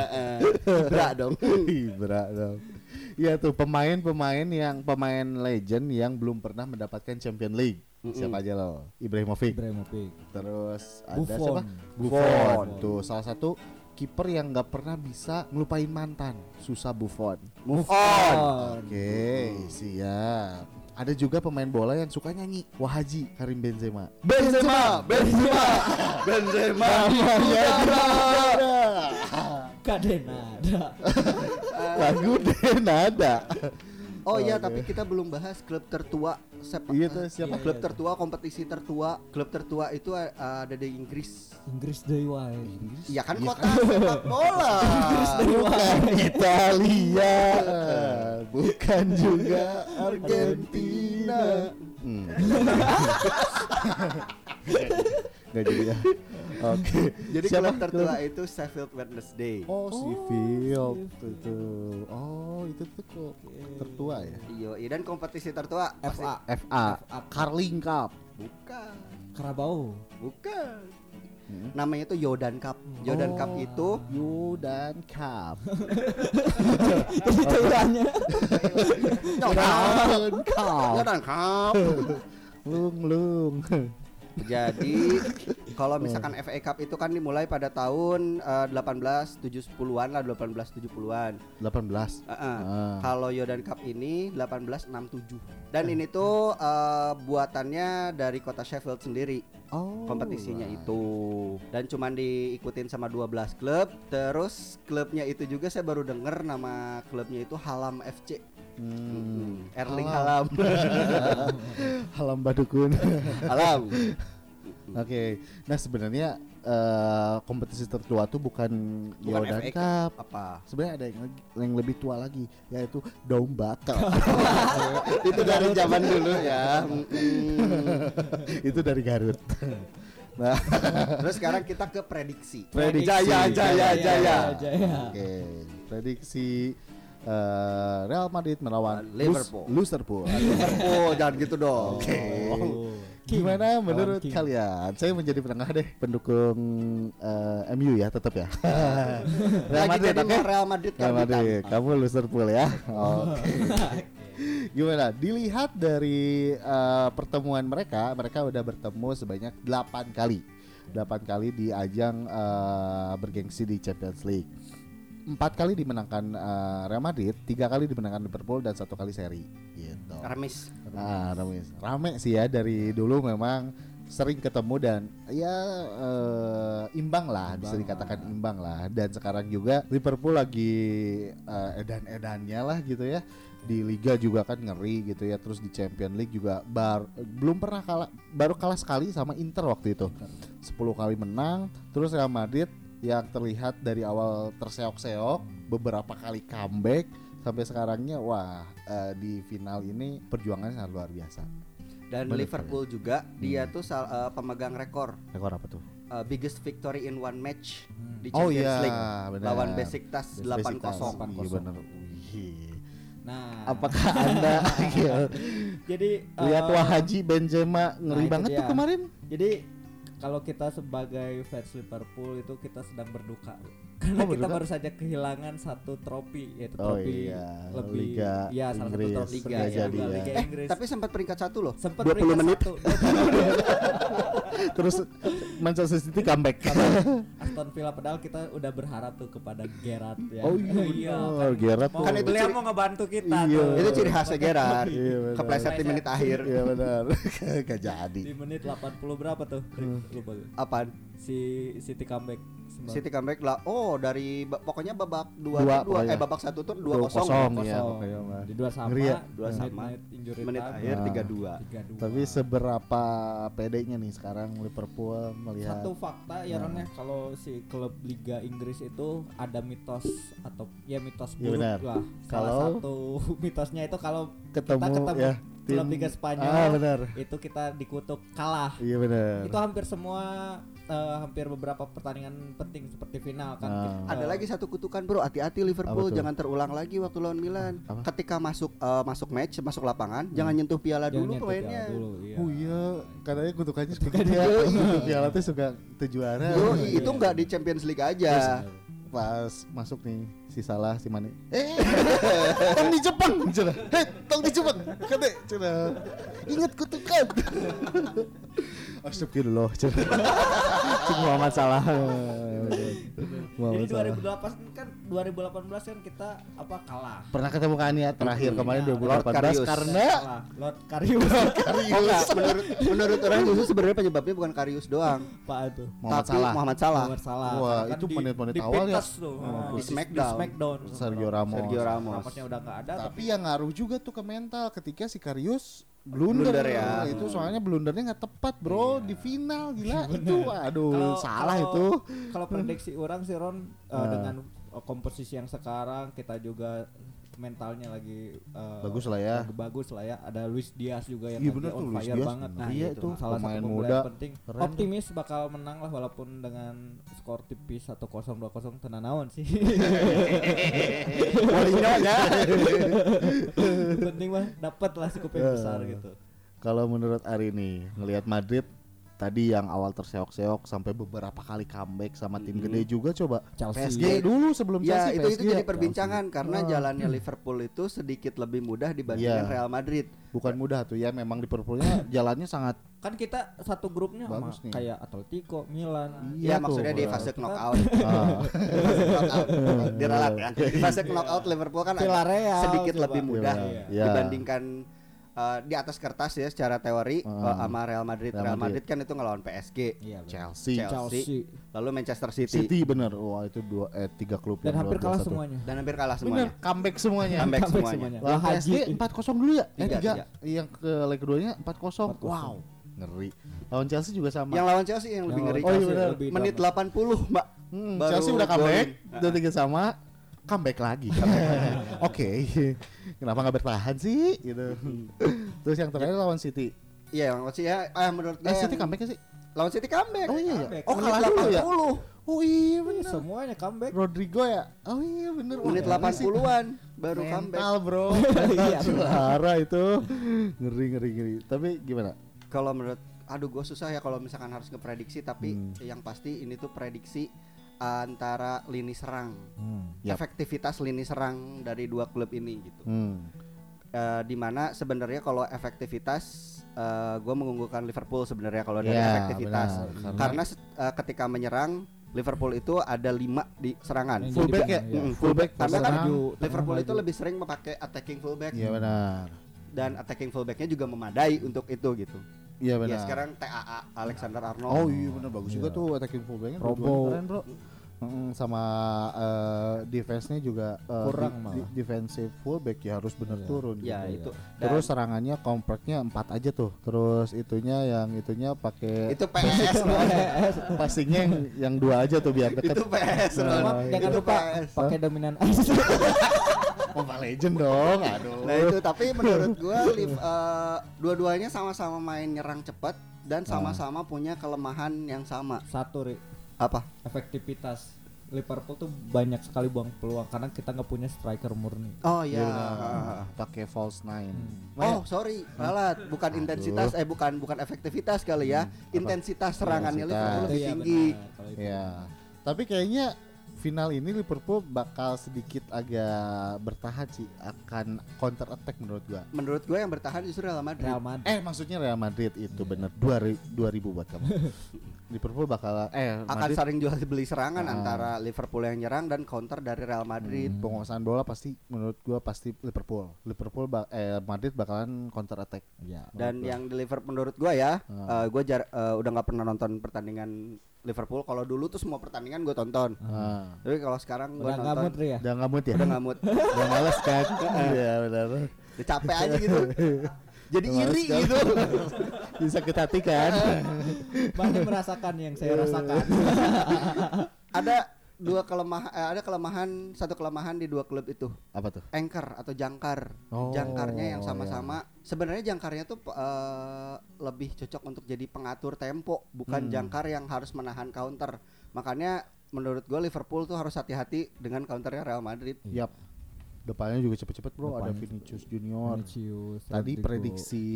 D: berat dong
B: Ih, berat dong. Iya tuh pemain-pemain yang pemain legend yang belum pernah mendapatkan Champion League. Siapa aja loh? Ibrahimovic.
C: Ibrahimovic.
B: Terus ada
C: Buffon.
B: siapa? Buffon. Tuh salah satu kiper yang nggak pernah bisa ngelupain mantan. Susah Buffon. Move
C: on.
B: Oke, siap. Ada juga pemain bola yang suka nyanyi. Wahaji Karim Benzema.
D: Benzema Benzema Benzema
C: Kadenada.
B: Lagu Denada.
D: Oh iya, tapi kita belum bahas klub tertua sepak.
B: Iya tuh siapa?
C: Iya.
D: Klub tertua, kompetisi tertua, klub tertua itu eh, ada di Inggris.
C: Inggris dari wae.
D: Iya kan kota sepak bola.
C: Iya.
B: Bukan Italia, bukan juga Argentina. Hmm. Gak jadi ya. Oke.
D: Jadi
B: Siapa?
D: klub tertua itu Sheffield Wednesday.
B: Oh, si
C: Oh,
B: Field
C: si Field.
B: itu. Oh, itu tuh kok tertua ya.
D: Iya, iya, dan kompetisi tertua pasti-
C: FA
B: FA Carling Cup.
D: Bukan,
C: Karabau.
D: bukan.
B: Hmm.
D: namanya itu Yodan Cup. Yodan Cup
C: Oh.
D: itu
B: You dan Cup.
C: Jadi cairannya
B: Yodan Oh, Cup.
D: Yodan Cup.
B: Lung lung.
D: Jadi kalau misalkan
B: Hmm.
D: FA Cup itu kan dimulai pada tahun eh, 1870-an lah 1870-an.
B: 18.
D: Eh, eh.
B: Ah.
D: Kalau Yodan Cup ini 1867 dan ini tuh eh, buatannya dari kota Sheffield sendiri
B: Oh.
D: kompetisinya itu dan cuman diikutin sama 12 klub terus klubnya itu juga saya baru denger nama klubnya itu Halam FC
B: Hmm.
D: Mm-mm. Erling Halam Hmm.
B: Halam Badukun.
D: Halam
B: Oke. Nah, sebenarnya eh, kompetisi tertua tuh bukan, Yodan
D: FA
B: Cup.
D: apa
B: Sebenarnya ada yang, lagi- yang lebih tua lagi yaitu domba cup.
D: itu dari zaman dulu ya Mm-mm.
B: Hmm. itu dari Garut. nah,
D: terus sekarang kita ke prediksi
B: prediksi.
D: Jaya, jaya, jaya.
C: jaya.
B: Oke, prediksi eh, Real Madrid
D: Uh,
B: melawan
D: Liverpool.
B: Lus- Liverpool.
D: Liverpool jangan gitu dong
B: Oke.
C: Oh.
B: Hmm. Gimana
C: King,
B: menurut
C: lawan King.
B: kalian? Saya menjadi penengah deh, pendukung eh, MU ya tetap ya. Real
D: Lagi
B: Madrid,
D: jadi
B: oke?
D: Real Madrid
B: Real
D: kan
B: Madrid, kamu Liverpool ya. Oke. Gimana? Dilihat dari eh, pertemuan mereka, mereka udah bertemu sebanyak 8 kali. 8 kali di ajang eh, bergengsi di Champions League. 4 kali dimenangkan eh, Real Madrid, 3 kali dimenangkan Liverpool dan satu kali seri gitu.
D: Remis
B: Nah, rame. Rame sih ya dari dulu memang sering ketemu dan ya eh, imbang lah bisa dikatakan imbang lah dan sekarang juga Liverpool lagi eh, edan-edannya lah gitu ya di liga juga kan ngeri gitu ya terus di Champion League juga bar belum pernah kalah baru kalah sekali sama Inter waktu itu 10 kali menang terus Real Madrid yang terlihat dari awal terseok-seok beberapa kali comeback sampai sekarangnya wah eh, di final ini perjuangannya sangat luar biasa
D: dan
B: Bener, Hmm.
D: Liverpool juga dia tuh sal- eh, pemegang rekor
B: rekor apa tuh
D: uh, biggest victory in one match di
B: oh
D: Champions
B: iya
D: League
B: benar.
D: lawan Besiktas 8-0.
B: iya benar Wih.
C: Nah,
B: apakah anda Iya.
C: jadi
B: lihat
C: eh,
B: Wahaji Benzema
D: Nah,
B: ngeri
C: itu
B: banget tuh
C: dia.
B: kemarin
C: Jadi kalau kita sebagai fans Liverpool itu kita sedang berduka karena
B: Oh,
C: kita
B: berduka?
C: baru saja kehilangan satu trofi yaitu
B: Oh,
C: trofi
B: iya.
C: lebih
B: Liga
C: ya salah satu
B: Inggris.
C: trofi
D: Liga
C: ya,
B: jadi ya.
C: Liga Inggris.
D: Eh, Tapi sempat peringkat satu loh.
C: sempat
D: 20
C: peringkat
D: menit.
C: satu. Iya, kan?
B: terus Manchester City comeback
C: Aston Villa padahal kita udah berharap tuh kepada Gerrard ya.
B: oh iya benar Gerrard
C: Mau,
B: tuh
D: Kan itu
C: beliau
D: ciri-
C: mau ngebantu kita
B: Iya.
C: tuh.
D: Itu ciri khasnya Gerard.
B: Iya, benar.
D: Kepleset di menit akhir.
B: iya benar gak jadi
C: di menit 80 berapa tuh?
B: Hmm.
C: Lupa. gue.
D: Apaan?
C: Si City comeback. Sembilan-
D: City comeback lah. Oh, dari ba- pokoknya babak 2
B: Dua,
D: dua, tuh dua
B: pokoknya.
D: eh babak 1 tuh 2-0.
B: 2-0. Kosong ya,
C: Kosong.
B: pokoknya mah.
C: Oh, Di dua sama,
B: Ngeri ya?
C: dua
D: Sama.
C: sama. Injury
D: Menit
C: time,
D: akhir
B: Ah.
D: 3-2.
C: tiga dua.
B: tapi seberapa pedenya nih sekarang Liverpool melihat
C: satu fakta ya Ron,
B: Nah.
C: ya, kalau si klub Liga Inggris itu ada mitos atau ya mitos
B: Iya,
C: buruk
B: benar.
C: lah. Salah
B: Kalau-
C: satu mitosnya itu kalau
B: ketemu,
C: kita ketemu
B: ya
C: klub Liga Spanyol
B: ah benar
C: itu kita dikutuk kalah.
B: iya benar
C: Itu hampir semua eh, hampir beberapa pertandingan penting seperti final kan.
B: Ah.
C: Kita-
D: Ada lagi satu kutukan, Bro. Hati-hati Liverpool
B: Apa tuh?
D: jangan terulang lagi waktu lawan Milan.
B: Apa? Hmm.
D: Ketika masuk eh, masuk match, masuk lapangan, jangan nyentuh piala
C: Jangan
D: dulu
C: nyentuh
D: mainnya.
C: piala dulu, iya.
B: Oh iya, katanya kutukannya seperti itu ya. Kutuk piala tuh suka tujuara.
D: Yo,
C: Iya,
D: Nah, itu
C: iya.
D: nggak di Champions League aja.
B: Pas masuk nih si salah si Mane. Eh, tong di Jepang, cina. Hei, tong di Jepang. Kata cina. Ingat kutukan. Astagfirullah, cina. Cik Muhammad salah.
C: Jadi
B: Muhammad salah.
C: 2018 kan 2018 kan kita apa kalah.
B: Pernah ketemu kan ya terakhir kemarin
C: Iya,
D: Lord
B: 2018
D: Karius.
B: karena
C: Kalah. Lord Karius
D: Oh, nggak, menurut menurut orang justru sebenarnya penyebabnya bukan Karius doang.
C: Pak itu.
B: Muhammad
D: tapi
B: salah.
D: Muhammad Salah.
C: Nomor salah.
B: Wah,
C: Karena kan
B: itu
C: di-
B: menit-menit
C: di
B: awal ya.
C: Pintas tuh.
B: Oh,
C: Nah,
D: di
C: di
D: Smackdown.
C: Smackdown.
B: Sergio Ramos.
D: Sergio Ramos.
C: Ramosnya udah nggak ada tapi
B: tapi yang ngaruh juga tuh ke mental ketika si Karius blunder,
D: Blunder ya. Iya.
B: itu soalnya blundernya nggak tepat bro di final gila itu aduh
C: Kalau-
B: salah
C: kalau-
B: itu
C: kalau prediksi orang sih Ron eh,
B: Nah.
C: dengan eh, komposisi yang sekarang kita juga mentalnya lagi eh,
B: Bagus lah ya.
C: lagi bagus lah ya ada Luis Diaz juga yang
B: Iya
C: lagi
B: bener
C: on
B: tuh, Luis
C: fire
B: Diaz.
C: banget nah
B: Iya
C: itu
B: tuh,
C: salah
B: pemain
C: satu
B: muda.
C: pemain penting
B: Keren.
C: optimis bakal menang lah walaupun dengan skor tipis 1-0 2-0 tenanawan sih
B: Mourinho ya
C: penting mah dapat lah cukup yang besar
B: Eh.
C: gitu
B: kalau menurut Ari nih ngelihat Madrid tadi yang awal terseok-seok sampai beberapa kali comeback sama tim
D: Mhm.
B: gede juga coba
C: Chelsea
B: PSG dulu sebelum
D: Ya
B: Chelsea
D: Iya, itu
B: PSG
D: itu jadi perbincangan karena
B: Ah.
D: jalannya Liverpool itu sedikit lebih mudah dibandingkan
B: Iya.
D: Real Madrid.
B: bukan mudah tuh ya memang di Liverpoolnya jalannya sangat
C: kan kita satu grupnya sama
B: Bagus nih.
C: kayak Atletico, Milan.
D: Ya
B: Iya tuh,
D: maksudnya di
B: bener.
D: fase knockout,
B: ah,
D: Di fase knockout, diralat ya. Di fase knockout Liverpool kan agak
C: Villarreal
D: sedikit
C: coba.
D: lebih mudah
C: Iya.
B: Iya.
D: dibandingkan uh, di atas kertas ya secara teori
B: Ah.
D: uh, sama Real Madrid.
B: Real
D: Real
B: Madrid.
D: Madrid kan itu ngelawan PSG,
C: Iya. benar.
B: Chelsea,
D: Chelsea. lalu Manchester City,
B: City bener wah itu dua eh tiga klub
C: Dan
B: yang
C: hampir
B: luar
C: kalah
B: biasa tuh.
C: semuanya.
D: dan hampir kalah
B: bener
D: semuanya.
B: comeback semuanya
D: Comeback
C: Comeback
D: semuanya.
B: Wah,
C: Wah, Haji.
B: PSG 4-0 dulu ya? Eh,
D: Tiga,
B: 3. Yang ke leg keduanya 4-0.
C: 4-0.
B: Wow, ngeri. Lawan Chelsea juga sama.
D: Yang lawan Chelsea yang lebih
C: Yang
D: ngeri
B: lawan
D: Chelsea.
B: Chelsea iya,
C: benar. lebih
D: menit 80 mbak
B: Hmm,
D: baru
B: Chelsea udah comeback,
D: golin.
B: udah tiga sama, comeback lagi. Oke. Kenapa nggak bertahan sih? Gitu. Terus yang terakhir lawan City.
D: iya lawan Chelsea ya ah, menurut gue
B: Eh, City
D: yang-
B: comeback nggak sih?
D: lawan City comeback
B: Oh iya ya.
C: comeback.
B: Oh, kalah dulu ya. Oh iya
C: Wih,
B: bener.
C: semuanya comeback.
B: Rodrigo ya? Oh iya bener. Wah,
D: menit
B: ngeri sih.
D: 80-an baru comeback
B: Mental bro
C: Iya,
B: Juara itu Ngeri ngeri ngeri Tapi gimana?
D: kalau menurut aduh gue susah ya kalau misalkan harus ngeprediksi tapi
B: Hmm.
D: yang pasti ini tuh prediksi antara lini serang Ya,
B: Yap.
D: efektivitas lini serang dari dua klub ini gitu
B: Hmm.
D: Eh, dimana sebenarnya kalau efektivitas gue mengunggulkan Liverpool sebenarnya kalau dari
B: Ya,
D: efektivitas
B: benar.
D: karena se- eh, ketika menyerang Liverpool itu ada lima di serangan
C: Yang
B: fullback ya?
C: jadi bilang,
D: Mm,
B: fullback
D: Karena
B: fullback.
D: kan
C: maju,
D: Liverpool
C: tengah
D: itu
C: maju.
D: lebih sering memakai attacking fullback
B: Iya benar.
D: dan attacking fullbacknya juga memadai untuk itu gitu.
B: Iya benar.
D: Ya sekarang TAA Alexander
B: Oh
D: Arnold.
B: iya benar bagus juga
C: Iya.
B: tuh attacking fullbacknya
C: Robo.
B: dua-duanya keren bro. Mm, sama eh, defense-nya juga eh,
C: Kurang
B: di-
C: malah.
B: di- defensive fullback ya harus benar
C: Iya.
B: turun.
D: ya
B: gitu.
D: itu. Dan
B: Terus serangannya kompleksnya empat aja tuh. Terus itunya yang itunya pakai
D: itu PS loh.
B: passingnya yang, yang dua aja tuh biar deket.
D: itu PS loh.
C: Sama,
B: iya.
C: jangan
D: Itu
C: lupa
D: PS.
C: pakai dominan
B: Mobile Legend dong. Aduh.
D: Nah itu tapi menurut gua Liv- eh, dua-duanya sama-sama main nyerang cepat dan sama-sama punya kelemahan yang sama.
C: satu Ri.
D: Apa?
C: efektivitas Liverpool tuh banyak sekali buang peluang karena kita nggak punya striker murni.
D: Oh iya.
B: Iya, benar. pakai false nine.
D: Oh sorry, ralat. Bukan intensitas, eh bukan bukan efektivitas kali ya. Intensitas serangannya
B: Hmm, Intensitas.
D: Liverpool lebih
C: Iya,
D: tinggi.
C: benar. Kalau itu.
B: Ya, tapi kayaknya final ini Liverpool bakal sedikit agak bertahan sih akan counter attack menurut gua.
D: Menurut gua yang bertahan justru Real Madrid.
C: Real Madrid.
B: Eh maksudnya Real Madrid itu
D: Iya.
B: bener 2000 2000 buat kamu. Liverpool bakal eh
D: akan
B: Madrid
D: saling jual beli serangan
B: Ah. Hmm.
D: antara Liverpool yang nyerang dan counter dari Real Madrid.
B: penguasaan bola pasti menurut gua pasti Liverpool. Liverpool ba- eh Madrid bakalan counter attack.
C: Ya.
D: Dan yang di Liverpool menurut gua ya, eh,
B: Ah.
D: gua jar- eh, udah nggak pernah nonton pertandingan Liverpool. Kalau dulu tuh semua pertandingan gua tonton.
B: Ah.
D: Tapi kalau sekarang gua
C: Udah nggak mood
D: nonton
C: Ri, ya.
B: Udah nggak mood ya?
D: udah nggak mood,
B: Udah males kan? Iya benar.
D: Udah capek aja gitu. Jadi
B: Males
D: iri
B: kan?
D: gitu.
B: Disakit hati kan?
C: Mana merasakan yang
B: Iya.
C: saya rasakan.
D: Ada dua kelemahan, eh, ada kelemahan satu kelemahan di dua klub itu.
B: Apa tuh?
D: anchor atau jangkar.
B: Oh, iya.
D: jangkarnya yang sama-sama. Sebenarnya jangkarnya tuh eh, lebih cocok untuk jadi pengatur tempo, bukan
B: Hmm.
D: jangkar yang harus menahan counter. Makanya menurut gue Liverpool tuh harus hati-hati dengan counternya Real Madrid.
B: Yap. Depannya juga cepet-cepet bro. Ada
C: Depannya Hmm.
B: Vinicius Junior.
C: Vinicius,
B: Tadi
C: Rodrigo.
B: prediksi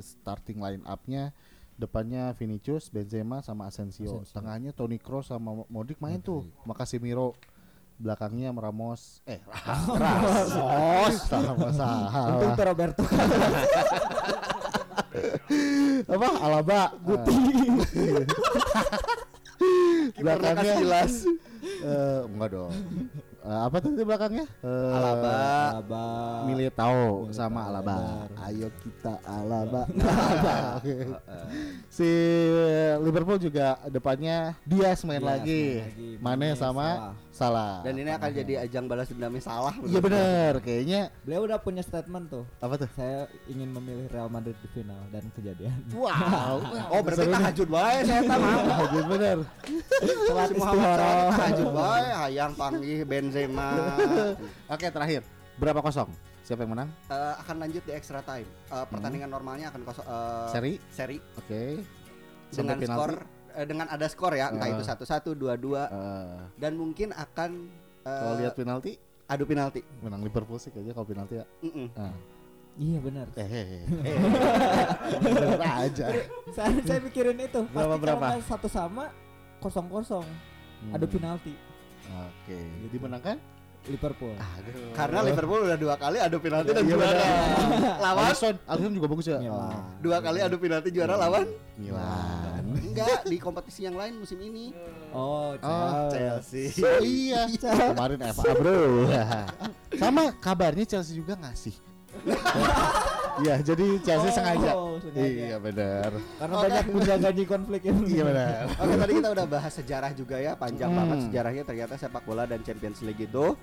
B: starting line up-nya depannya Vinicius, Benzema sama Asensio.
C: Asensio.
B: Tengahnya Toni Kroos sama Mo- Modric main
C: Modric.
B: tuh. Makasih Miro. Belakangnya sama Ramos. Eh,
D: Ramos.
B: sama
C: Untung
B: salah.
C: tuh Roberto
B: Apa? Alaba, Ah. Guti.
D: Kipernya
B: belakangnya
D: Casillas.
B: eh, enggak dong. Eh, apa tuh di belakangnya? Eh,
D: Alaba.
C: Alaba.
B: Militao
C: Militao,
B: sama Alaba.
C: benar.
B: Ayo kita Alaba. si eh, Liverpool juga depannya dia main
C: Diaz
B: lagi.
C: main lagi.
B: Mane
C: Mane,
B: sama Salah.
D: Dan ini akan jadi ajang balas dendamnya salah.
B: Iya benar, kayaknya
C: Beliau udah punya statement tuh.
B: apa tuh?
C: Saya ingin memilih Real Madrid di final dan kejadian.
B: Wow.
D: Oh berarti tahajud bae saya tak mau.
B: Tahajud bener.
D: Si Muhammad Salah tahajud bae hayang panggih Benzema.
B: Oke, terakhir. Berapa kosong? Siapa yang menang?
D: Eh, akan lanjut di extra time. Eh, pertandingan normalnya akan kosong eh,
B: Hmm. Seri?
D: seri
B: Oke.
D: dengan
B: Sampai penalti?
D: skor eh, dengan ada skor ya entah
B: Ya.
D: itu satu satu dua dua
B: Eh,
D: dan mungkin akan eh,
B: kalau lihat penalti
D: adu penalti
B: menang Liverpool sih kayaknya kalau penalti ya.
D: Mm-mm.
B: Ah.
C: Iya benar.
B: Hehehe. Bener aja.
C: saya saya pikirin itu pasti
B: Berapa-
C: kalau
B: berapa?
C: nggak satu sama kosong kosong ada penalti
B: Oke. Dimenangkan?
C: Liverpool
B: kan? Aduh.
D: Karena Liverpool udah dua kali adu penalti dan
B: Oh. Iya,
D: juara.
B: benar.
D: Lawan
B: Alisson, Alisson juga bagus ya.
C: Milan.
D: dua kali adu penalti juara lawan
B: Milan.
D: enggak di kompetisi yang lain musim ini.
C: oh,
B: Oh,
D: Chelsea.
B: Oh iya. Kemarin FA, Bro. Sama kabarnya Chelsea juga ngasih. Iya, jadi Chelsea
C: Oh,
B: sengaja.
C: sengaja.
B: Iya, benar.
C: karena
D: Oke.
C: banyak gunjagani konflik ini
B: Iya, benar.
D: Oke tadi kita udah bahas sejarah juga ya panjang
B: Hmm.
D: banget sejarahnya ternyata sepak bola dan Champions League itu.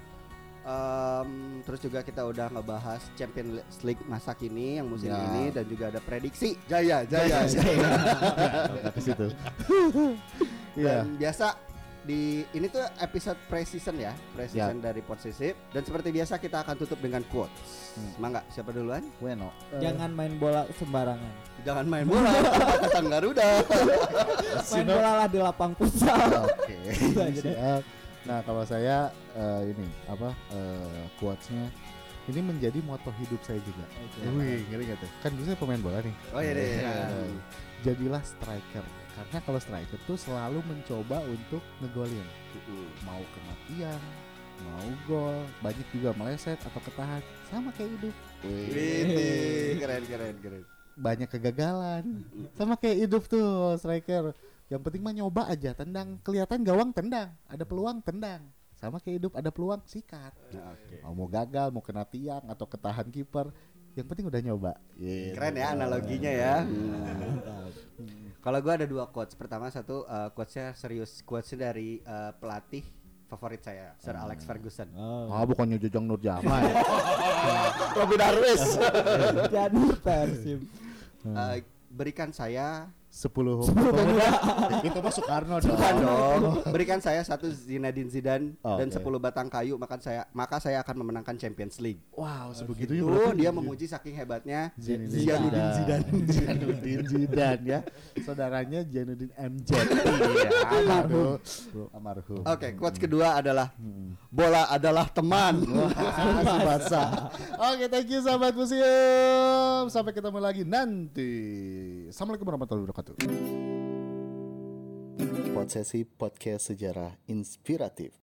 D: Em, terus juga kita udah ngebahas Champions League masa kini yang musim
B: Ya.
D: ini dan juga ada prediksi jaya jaya.
B: Ke situ. Iya.
D: Dan biasa di ini tuh episode pre-season ya pre-season dari Possessive dan seperti biasa kita akan tutup dengan quotes.
B: Hmm.
D: Mangga siapa duluan?
B: Bueno.
C: jangan main bola sembarangan
D: Jangan main bola tentang Garuda.
C: main
B: Sino-
C: bola lah di lapang futsal
B: Oke.
C: Itu aja deh.
B: Siap. Nah, kalau saya eh, ini apa eh, quotes-nya ini menjadi moto hidup saya juga. Wih, ngeri gak tuh? Kan dulu saya pemain bola nih.
D: Ya. Oh iya deh.
B: Iya. Jadilah striker. Karena kalau striker tuh selalu mencoba untuk ngegolin.
D: Mm-mm.
B: Mau kena tiang, mau gol, banyak juga meleset atau ketahan. Sama kayak hidup.
D: Wih, keren keren keren.
B: Banyak kegagalan. Sama kayak hidup tuh striker. Yang penting mah nyoba aja, tendang. Kelihatan gawang tendang, ada peluang tendang. Sama kayak hidup ada peluang sikat.
D: Nah, oke.
B: Mau mau gagal, mau kena tiang atau ketahan kiper, yang penting udah nyoba. Iya,
D: Keren ya analoginya ya. Kalau gue ada dua quotes. Pertama satu eh, quotesnya serius, quotesnya dari eh, pelatih favorit saya, Sir
B: Hmm.
D: Alex Ferguson.
C: oh.
B: Ah, bukannya Jojang Nur Jamal. ya?
D: Robin Darwis.
C: jadi persib
B: Hmm.
D: Eh, berikan saya
B: Sepuluh pemuda. Itu mah Soekarno dong.
D: Bukan dong. eh, Berikan saya satu Zinedine Zidane
B: Oh,
D: dan
B: oke.
D: 10 batang kayu maka saya maka saya akan memenangkan Champions League.
B: Wow, sebegitunya
D: Itu
B: berarti
D: dia memuji saking hebatnya
B: Zainuddin
D: Zidane.
B: Zidane. Zainuddin Zidane ya. Saudaranya Zainuddin MJ. Iya, almarhum. Almarhum.
D: Oke, quotes kedua adalah
B: Hmm.
D: bola adalah teman.
B: Ah, Subasa. Oke, thank you sahabat museum. Sampai ketemu lagi nanti. Assalamualaikum warahmatullahi wabarakatuh.
E: Podsesi Podcast Sejarah Inspiratif.